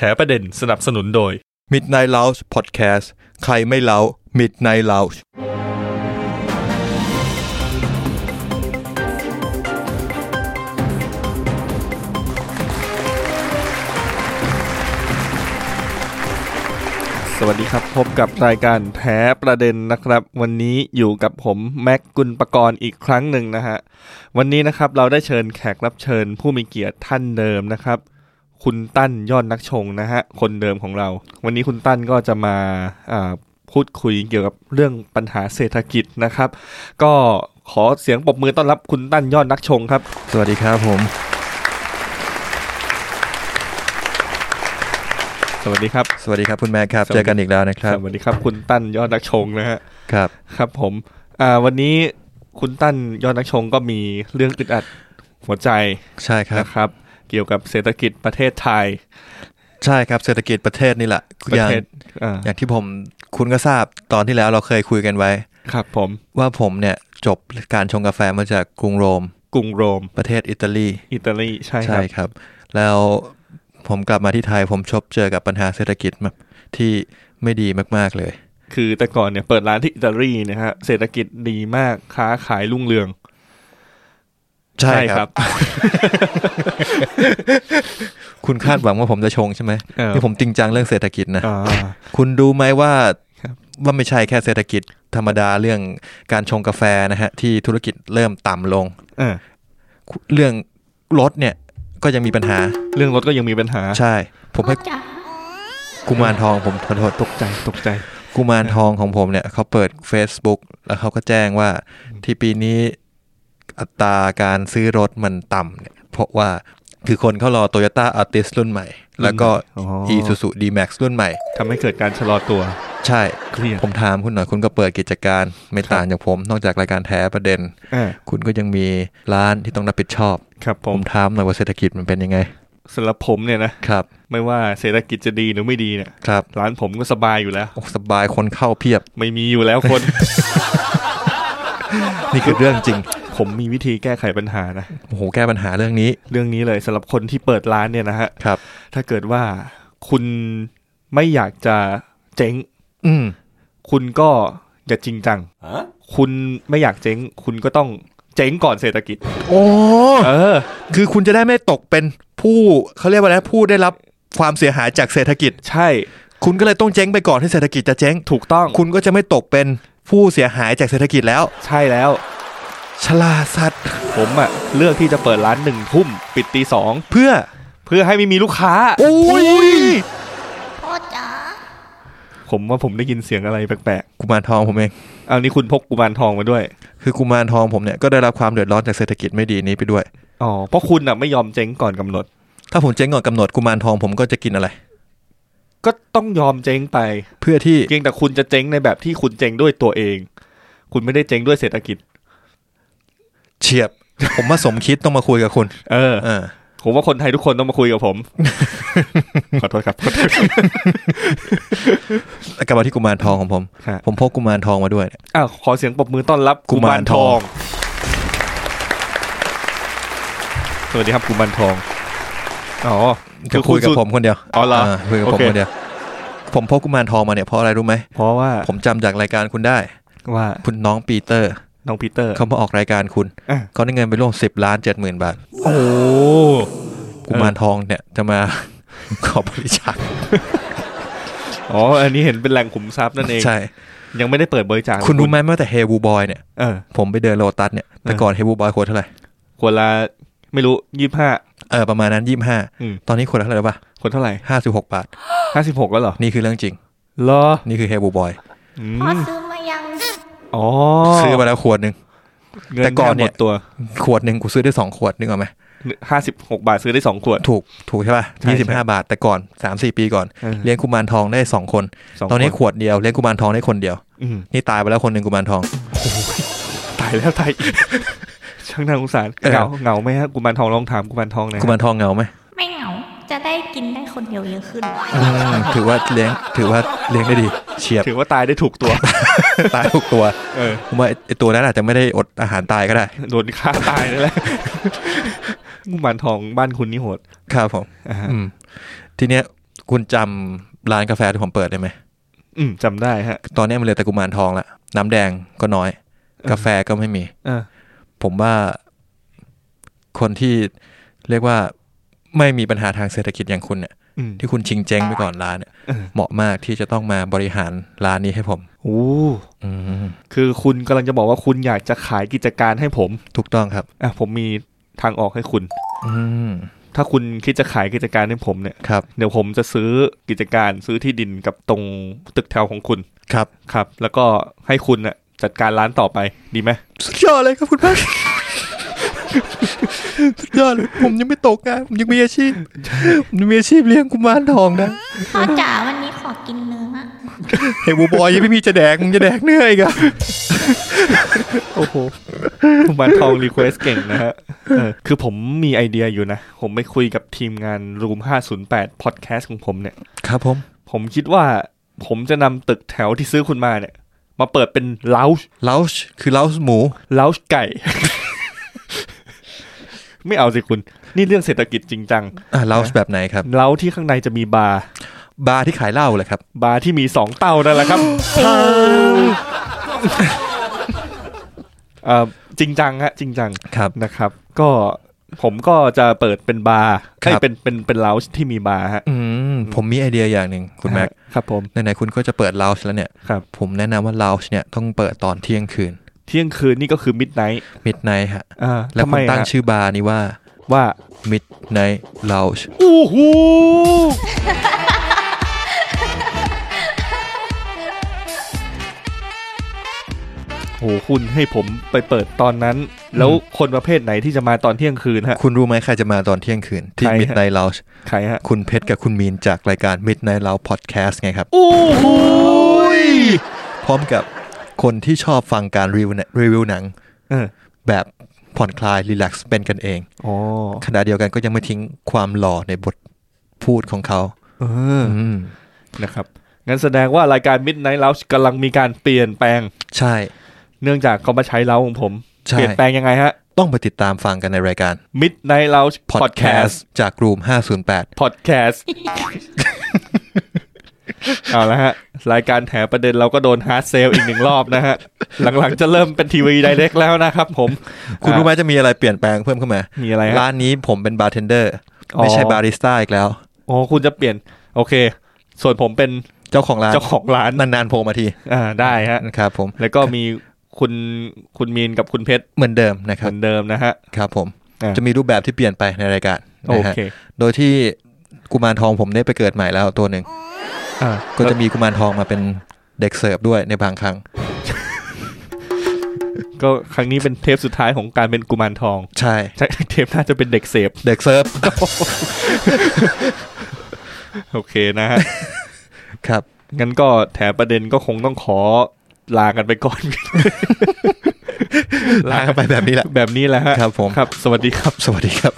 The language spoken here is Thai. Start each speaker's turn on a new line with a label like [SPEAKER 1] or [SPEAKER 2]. [SPEAKER 1] ถประเด็นสนับสนุนโดย
[SPEAKER 2] Midnight Lounge Podcast ใครไม่เล้า Midnight Lounge
[SPEAKER 3] สวัสดีครับพบกับรายการแท้ประเด็นนะครับ วันนี้อยู่กับผมแม็กกุลปกรณ์อีกครั้งหนึ่งนะฮะวันนี้นะครับเราได้เชิญแขกรับเชิญผู้มีเกียรติท่านเดิมนะครับ คุณตั้นยอดนักชงนะฮะคนเดิมของเรา วันนี้คุณตั้นก็จะมาอ่าพูดคุยเกี่ยวกับเรื่องปัญหาเศรษฐกิจนะครับ ก็ขอเสียงปรบมือต้อนรับคุณตั้นยอดนักชงครับ
[SPEAKER 2] สวัสดีครับผม
[SPEAKER 3] สวัสดีครับ
[SPEAKER 2] สวัสดีครับคุณแม่ครับ
[SPEAKER 3] สวัสดี
[SPEAKER 2] เจอกันอีกแล้วนะครับ
[SPEAKER 3] สวัสดีครับ คุณตั้นยอดนักชงนะฮะ
[SPEAKER 2] ครับ
[SPEAKER 3] ครับผมอ่าวันนี้คุณตั้นยอดนักชงก็มีเรื่องอึดอัดหัวใจ
[SPEAKER 2] ใช่ครับ
[SPEAKER 3] นะครับ เกี่ยวกับเศรษฐกิจประเทศไทย
[SPEAKER 2] ใช่ครับ เศรษฐกิจประเทศนี่แหละ
[SPEAKER 3] ป
[SPEAKER 2] อ
[SPEAKER 3] ระ
[SPEAKER 2] ย่าง
[SPEAKER 3] เทศอ่า
[SPEAKER 2] อย่างที่ผมคุณก็ทราบตอนที่แล้วเราเคยคุยกันไว้
[SPEAKER 3] ครับผม
[SPEAKER 2] ว่าผมเนี่ยจบการชงกาแฟมาจากกรุงโรม
[SPEAKER 3] กรุงโรม
[SPEAKER 2] ประเทศอิตาลี
[SPEAKER 3] อิตาลีใช่ค
[SPEAKER 2] ใช่
[SPEAKER 3] รับ
[SPEAKER 2] ครับ แล้วผมกลับมาที่ไทยผมชอบเจอกับปัญหาเศรษฐกิจแบบที่ไม่ดีมากๆเลย
[SPEAKER 3] คือแต่ก่อนเนี่ยเปิดร้านที่อิตาลีนะฮะเศรษฐกิจดีมากค้าขายรุ่งเรือง
[SPEAKER 2] ใช่ครับ คุณคาดหวังว่าผมจะชงใช่ไหม
[SPEAKER 3] เออ
[SPEAKER 2] นี่ผมจริงจังเรื่องเศรษฐกิจนะ
[SPEAKER 3] อ่า
[SPEAKER 2] คุณรู้ไหมว่า
[SPEAKER 3] ครับ
[SPEAKER 2] ว่าไม่ใช่แค่เศรษฐกิจธรรมดาเรื่องการชงกาแฟนะฮะ ที่ธุรกิจเริ่มต่ำลง
[SPEAKER 3] อ่า
[SPEAKER 2] เรื่องรถเนี่ยก็ยังมีปัญหา
[SPEAKER 3] เรื่องรถก็ยังมีปัญหา
[SPEAKER 2] ใช่ ผมให้กุมารทองผมขอโทษ
[SPEAKER 3] ตกใจตกใจ
[SPEAKER 2] กุมารทองของผมเนี่ยเขาเปิด Facebook แล้วเขาก็แจ้งว่าที่ปีนี้อัตราการซื้อรถมันต่ำเนี่ยเพราะว่าคือคนเขารอ Toyota Altis รุ่นใหม่ แล้วก็
[SPEAKER 3] อ๋อ
[SPEAKER 2] Isuzu D-Max รุ่นใหม่
[SPEAKER 3] ทำให้เกิดการชะลอตัว
[SPEAKER 2] ใช่
[SPEAKER 3] เครียด
[SPEAKER 2] ผมถามคุณหน่อยคุณก็เปิดกิจการไม่
[SPEAKER 3] ครับ
[SPEAKER 2] ต่างจากผม นอกจากรายการแท้ประเด็น
[SPEAKER 3] อ่า
[SPEAKER 2] คุณก็ยังมีร้านที่ต้องรับผิดชอบ
[SPEAKER 3] ครับผ
[SPEAKER 2] ผมมถามหน่อยว่าเศรษฐกิจมันเป็นยังไง
[SPEAKER 3] สำหรับผมเนี่ยนะครับ ไม่ว่าเศรษฐกิจจะดีหรือไม่ดีเนี่ย
[SPEAKER 2] ครับ
[SPEAKER 3] ร้านผมก็สบายอยู่แล้ว
[SPEAKER 2] โอ้สบายคนเข้าเพียบ
[SPEAKER 3] ไม่มีอยู่แล้ว คน
[SPEAKER 2] นี่คือเรื่องจริง
[SPEAKER 3] ผมมีวิธีแก้ไขปัญหานะ
[SPEAKER 2] โอ้โหแก้ปัญหาเรื่องนี้
[SPEAKER 3] เรื่องนี้เลยสำหรับคนที่เปิดร้านเนี่ยนะฮะ
[SPEAKER 2] ครับ
[SPEAKER 3] ถ้าเกิดว่าคุณไม่อยากจะเจ๊ง
[SPEAKER 2] อืม
[SPEAKER 3] คุณก็อย่าจริงจังคุณไม่อยากเจ๊ง คุณก็ต้องเจ๊งก่อนเศรษฐกิจ
[SPEAKER 2] โอ้
[SPEAKER 3] เออ
[SPEAKER 2] คือคุณจะได้ไม่ตกเป็นผู้เขาเรียกว่าอะไรผู้ได้รับความเสียหายจากเศรษฐกิจ
[SPEAKER 3] ใช่
[SPEAKER 2] คุณก็เลยต้องเจ๊งไปก่อนที่เศรษฐกิจจะเจ๊ง
[SPEAKER 3] ถูกต้อง
[SPEAKER 2] คุณก็จะไม่ตกเป็นผู้เสียหายจากเศรษฐกิจแล้ว
[SPEAKER 3] ใช่แล้ว
[SPEAKER 2] ฉลาดสัตว์
[SPEAKER 3] ผมอะเลือกที่จะเปิดร้านหนึ่งทุ่มปิดตีสอง
[SPEAKER 2] เพื่อ
[SPEAKER 3] เพื่อให้ไม่มีลูกค้า
[SPEAKER 2] โอ้ย
[SPEAKER 3] ผมว่าผมได้ยินเสียงอะไรแปลก
[SPEAKER 2] กุมารทองผมเอง
[SPEAKER 3] ๆเอานี่คุณพกกุมารทองมาด้วย
[SPEAKER 2] คือกุมารทองผมเนี่ยก็ได้รับความเดือดร้อนจากเศรษฐกิจไม่ดีนี้ไปด้วย
[SPEAKER 3] อ๋อเพราะคุณอะไม่ยอมเจ๊งก่อนกำหนด
[SPEAKER 2] ถ้าผมเจ๊งก่อนกำหนดกุมารทองผมก็จะกินอะไร
[SPEAKER 3] ก็ต้องยอมเจ๊งไป
[SPEAKER 2] เพื่อที่
[SPEAKER 3] เพียงแต่คุณจะเจ๊งในแบบที่คุณเจ๊งด้วยตัวเอง คุณไม่ได้เจ๊งด้วยเศรษฐกิจ
[SPEAKER 2] เฉียบ ผมว่าสมคิดต้องมาคุยกับคุณ
[SPEAKER 3] เออ
[SPEAKER 2] เออ
[SPEAKER 3] ผมว่าคนไทยทุกคนต้องมาคุยกับผม ขอโทษครับขอ โทษครับ
[SPEAKER 2] กลับมาที่กุมารทองของผม
[SPEAKER 3] ฮะ
[SPEAKER 2] ผมพกกุมารทองมาด้วยเนี่ย
[SPEAKER 3] อ้าวขอเสียงปรบมือต้อนรับ
[SPEAKER 2] กุมารทอง
[SPEAKER 3] สวัสดีครับกุมารทอง อ๋อ
[SPEAKER 2] จะคุยกับผมคนเดียว
[SPEAKER 3] อ๋อเหรอ
[SPEAKER 2] เคุยกับผ
[SPEAKER 3] โอ
[SPEAKER 2] ม
[SPEAKER 3] เค
[SPEAKER 2] คนเดียว ผมพกกุมารทองมาเนี่ยเพราะอะไรรู้ไหม
[SPEAKER 3] เพราะว่า
[SPEAKER 2] ผมจำจากรายการคุณได้
[SPEAKER 3] ว่า
[SPEAKER 2] คุณน้องปีเตอร์
[SPEAKER 3] น้องปีเตอร์
[SPEAKER 2] เขามาออกรายการคุณ
[SPEAKER 3] อ่ะ
[SPEAKER 2] เขาได้เงินไปร่วมสิบล้านเจ็ดหมื่นบาท
[SPEAKER 3] โอ้
[SPEAKER 2] กุมารทองเนี่ยจะมา ขอบริจาค
[SPEAKER 3] อ๋อ อันนี้เห็นเป็นแหล่งขุมทรัพย์นั่นเอง
[SPEAKER 2] ใช่
[SPEAKER 3] ยังไม่ได้เปิดบริจาค
[SPEAKER 2] คุณรู้ไหมว่าแต่เฮบูบอยเนี่ย
[SPEAKER 3] เออ
[SPEAKER 2] ผมไปเดินโลตัสเนี่ยแต่ก่อนเฮบูบอยขวดเท่าไหร่
[SPEAKER 3] ขวดละไม่รู้ยี่ห้า
[SPEAKER 2] เออประมาณนั้นยี่ห้า
[SPEAKER 3] อืม
[SPEAKER 2] ตอนนี้ขวดละเท่าไหร่รู้ป่ะ
[SPEAKER 3] คนเท่าไหร่
[SPEAKER 2] ห้าสิบหกบาท
[SPEAKER 3] ห้าสิบหกแล้วเหรอ
[SPEAKER 2] นี่คือเรื่องจริง
[SPEAKER 3] เหรอ
[SPEAKER 2] นี่คือเฮบูบอย
[SPEAKER 3] อื
[SPEAKER 4] พ่อ
[SPEAKER 3] ม
[SPEAKER 4] ซื้อมายัง
[SPEAKER 3] อ๋อ
[SPEAKER 2] ซื้อมาแล้วขวดหนึ่ง
[SPEAKER 3] เงิ
[SPEAKER 2] แต่
[SPEAKER 3] น
[SPEAKER 2] ก่
[SPEAKER 3] ก่
[SPEAKER 2] อ
[SPEAKER 3] อน น
[SPEAKER 2] เนี่
[SPEAKER 3] หม
[SPEAKER 2] ย
[SPEAKER 3] ดตัว
[SPEAKER 2] ขวดหนึ่งกูซื้อได้สองขวดนึกออกไหม
[SPEAKER 3] ห้าสิบหกบาทซื้อได้สองขวด
[SPEAKER 2] ถูกถูกใช่ป่ะ
[SPEAKER 3] ใช่
[SPEAKER 2] ยี่สิบห้าบาทแต่ก่อนสามสี่ปีก่อน
[SPEAKER 3] เออ
[SPEAKER 2] เลี้ยงกุมารทองได้สองคน
[SPEAKER 3] สง
[SPEAKER 2] ตอนนี้
[SPEAKER 3] ขวด
[SPEAKER 2] ขวดเดียวเลี้ยงกุมารทองได้คนเดียว
[SPEAKER 3] อืม
[SPEAKER 2] นี่ตายไปแล้วคนหนึ่งกุมารทอง
[SPEAKER 3] ตายแล้วตายอีก ช่างน่าสงสาร
[SPEAKER 2] เออ
[SPEAKER 3] เหงาเหงาไหมฮะกุมารทองลองถามกุมารทองหน่อย
[SPEAKER 2] กุมารทองเหงาไหม
[SPEAKER 4] ไม่เหงา จะได้กินได้คนเดียวเยอะขึ้น
[SPEAKER 2] อืมถือว่าเลี้ยงถือว่าเลี้ยงได้ดี เฉียบ
[SPEAKER 3] ถือว่าตายได้ถูกตัว
[SPEAKER 2] ตายทุกตัว
[SPEAKER 3] เออ
[SPEAKER 2] ผมว่าไอ้ไอตัวนั้นอาจจะไม่ได้อดอาหารตายก็ได้
[SPEAKER 3] โดนฆ่าตายนั่นแหละ กุมารทองบ้านคุณนี่โหด
[SPEAKER 2] ครับผม
[SPEAKER 3] อ่าฮะ
[SPEAKER 2] อืมทีเนี้ย คุณจำร้านกาแฟที่ผมเปิดได้ไหม
[SPEAKER 3] อืมจำได้ฮะ
[SPEAKER 2] ตอนนี้มันเหลือแต่กุมารทองละน้ำแดงก็น้อย
[SPEAKER 3] ออ
[SPEAKER 2] กาแฟก็ไม่มี
[SPEAKER 3] อ่า
[SPEAKER 2] ผมว่าคนที่เรียกว่าไม่มีปัญหาทางเศรษฐกิจอย่างคุณเนี่ย
[SPEAKER 3] อืม
[SPEAKER 2] ที่คุณชิงเจงไปก่อนร้านเนี่ย
[SPEAKER 3] เออ
[SPEAKER 2] เหมาะมากที่จะต้องมาบริหารร้านนี้ให้ผม
[SPEAKER 3] โอ้
[SPEAKER 2] อืม
[SPEAKER 3] คือคุณกำลังจะบอกว่าคุณอยากจะขายกิจการให้ผม
[SPEAKER 2] ถูกต้องครับ
[SPEAKER 3] อ่ะผมมีทางออกให้คุณ
[SPEAKER 2] อืม
[SPEAKER 3] ถ้าคุณคิดจะขายกิจการให้ผมเนี่ย
[SPEAKER 2] ครับ
[SPEAKER 3] เดี๋ยวผมจะซื้อกิจการซื้อที่ดินกับตรงตึกแถวของคุณ
[SPEAKER 2] ครับ
[SPEAKER 3] ครับ แล้วก็ให้คุณน่ะจัดการร้านต่อไปดีไหม
[SPEAKER 2] สุดยอดเลยครับคุณแม่ สุดยอดเลยผมยังไม่ตกงานผมยังมีอาชีพผมยังมีอาชีพเลี้ยงกุมารทองนะ
[SPEAKER 4] พ่อจ๋าวันนี้ขอกินเนื้อ
[SPEAKER 2] เฮ้ยบูบอยยังไม่มีจะแดกมึงจะแดกเหนื่อยอีกัน
[SPEAKER 3] โอ้โหกุมารทองรีเควสเก่งนะฮะเออคือผมมีไอเดียอยู่นะ ผมไปคุยกับทีมงานรูม 508 Podcast ของผมเนี่ย
[SPEAKER 2] ครับผม
[SPEAKER 3] ผมคิดว่าผมจะนำตึกแถวที่ซื้อคุณมาเนี่ย มาเปิดเป็นเลา
[SPEAKER 2] เลาช์คือเลาช์หมู
[SPEAKER 3] เล้าไก่ ไม่เอาสิคุณ นี่เรื่องเศรษฐกิจจริงจัง
[SPEAKER 2] อ่าเลาช์แบบไหนครับ
[SPEAKER 3] เล้าที่ข้างในจะมีบาร์
[SPEAKER 2] บาร์ที่ขายเหล้าแหละครับ
[SPEAKER 3] บาร์ที่มีสองเตานั่นแหละครับ เอ่อจริงจังฮะจริงจัง
[SPEAKER 2] ครับ
[SPEAKER 3] นะครับ ก็ผมก็จะเปิดเป็นบาร์
[SPEAKER 2] ครับ
[SPEAKER 3] ให้ยเป็นเป็นเป็นเล้าที่มีบาร์ฮะ
[SPEAKER 2] อืมผมมีไอเดียอย่างหนึ่งคุณแม็ก
[SPEAKER 3] ฮะครับผม
[SPEAKER 2] ไหนๆคุณก็จะเปิดเลาช์แล้วเนี่ย
[SPEAKER 3] ครับ
[SPEAKER 2] ผมแนะนำว่าเลาช์เนี่ยต้องเปิดตอนเที่ยงคืน
[SPEAKER 3] เที่ยงคืนนี่ก็คือมิดไนท์
[SPEAKER 2] มิดไนท์ฮะ
[SPEAKER 3] อ่า
[SPEAKER 2] แล้ว
[SPEAKER 3] ทำ
[SPEAKER 2] คุ
[SPEAKER 3] ไม
[SPEAKER 2] ณตั้ง
[SPEAKER 3] ฮะ
[SPEAKER 2] ชื่อบาร์นี้ว่า
[SPEAKER 3] ว่า
[SPEAKER 2] มิดไนท์เลาช์
[SPEAKER 3] โอ้โหโหคุณให้ผมไปเปิดตอนนั้น แล้วคนประเภทไหนที่จะมาตอนเที่ยงคืนฮะ
[SPEAKER 2] คุณรู้ไหมใครจะมาตอนเที่ยงคืน ที่
[SPEAKER 3] ใครฮะ
[SPEAKER 2] มิดไนท์เลาช์
[SPEAKER 3] ใครฮะ
[SPEAKER 2] คุณเพชรกับคุณมีนจากรายการมิดไนท์เลา s ์พอดแคสต์ไงครับ
[SPEAKER 3] โอ้โหย
[SPEAKER 2] พร้อมกับคนที่ชอบฟังการรีวิวเนี่ยรีวิวหนัง
[SPEAKER 3] เออ
[SPEAKER 2] แบบผ่อนคลายรีแลกซ์เป็นกันเอง
[SPEAKER 3] อ๋อ
[SPEAKER 2] ขณะเดียวกันก็ยังไม่ทิ้งความหล่อในบทพูดของเขา
[SPEAKER 3] เออ
[SPEAKER 2] อืม
[SPEAKER 3] นะครับ งั้นแสดงว่ารายการ Midnight Lounge กำลังมีการเปลี่ยนแปลง
[SPEAKER 2] ใช่
[SPEAKER 3] เนื่องจากเขามาใช้เล้าของผม
[SPEAKER 2] ใช่
[SPEAKER 3] เปลี่ยนแปลงยังไงฮะ
[SPEAKER 2] ต้องไปติดตามฟังกันในรายการ
[SPEAKER 3] Midnight Lounge Podcast
[SPEAKER 2] Podcast จากรูม 508
[SPEAKER 3] Podcast เอาละฮะ รายการแถประเด็นเราก็โดนฮาร์ดเซลอีกหนึ่งรอบนะฮะ หลังๆจะเริ่มเป็นทีวีไดเรกแล้วนะครับผม
[SPEAKER 2] คุณรู้ไหมจะมีอะไรเปลี่ยนแปลงเพิ่มเข้ามา
[SPEAKER 3] มีอะไรฮะ
[SPEAKER 2] ร้านนี้ผมเป็นบาร์เทนเดอร์ ไม่ใช่
[SPEAKER 3] อ๋อ
[SPEAKER 2] บาริสต้าอีกแล้ว
[SPEAKER 3] อ๋อคุณจะเปลี่ยน โอเค ส่วนผมเป็น
[SPEAKER 2] เจ้าของร้าน
[SPEAKER 3] เจ้าของ ร้าน
[SPEAKER 2] นานๆโผล่มาที
[SPEAKER 3] อ่าได้ฮะ
[SPEAKER 2] นะครับผม
[SPEAKER 3] แล้วก็มีคุณคุณมีนกับคุณเพชร
[SPEAKER 2] เหมือนเดิมนะ
[SPEAKER 3] เห
[SPEAKER 2] ครับ
[SPEAKER 3] มือนเดิมนะฮะ
[SPEAKER 2] ครับผม
[SPEAKER 3] อ่ะ
[SPEAKER 2] จะมีรูปแบบที่เปลี่ยนไปในรายการ
[SPEAKER 3] โอ
[SPEAKER 2] นะฮะ
[SPEAKER 3] เค
[SPEAKER 2] โดยที่กุมารทองผมได้ไปเกิดใหม่แล้วตัวหนึ่ง
[SPEAKER 3] อ่า
[SPEAKER 2] ก็จะมีกุมารทองมาเป็นเด็กเสิร์ฟด้วยในบางครั้ง
[SPEAKER 3] ก็ครั้งนี้เป็นเทปสุดท้ายของการเป็นกุมารทอง
[SPEAKER 2] ใช่
[SPEAKER 3] ใช่ เทปน่าจะเป็นเด็กเสพ
[SPEAKER 2] เด็กเสิ ร์ฟ
[SPEAKER 3] โอเคนะฮะ
[SPEAKER 2] ครับ
[SPEAKER 3] งั้นก็แถมประเด็นก็คงต้องขอลากันไปก่อน
[SPEAKER 2] ลากันไปแบบนี้แหละ
[SPEAKER 3] แบบนี้แหละฮะ
[SPEAKER 2] ครับผม
[SPEAKER 3] ครับ สวัสดีครับ
[SPEAKER 2] สวัสดีครับ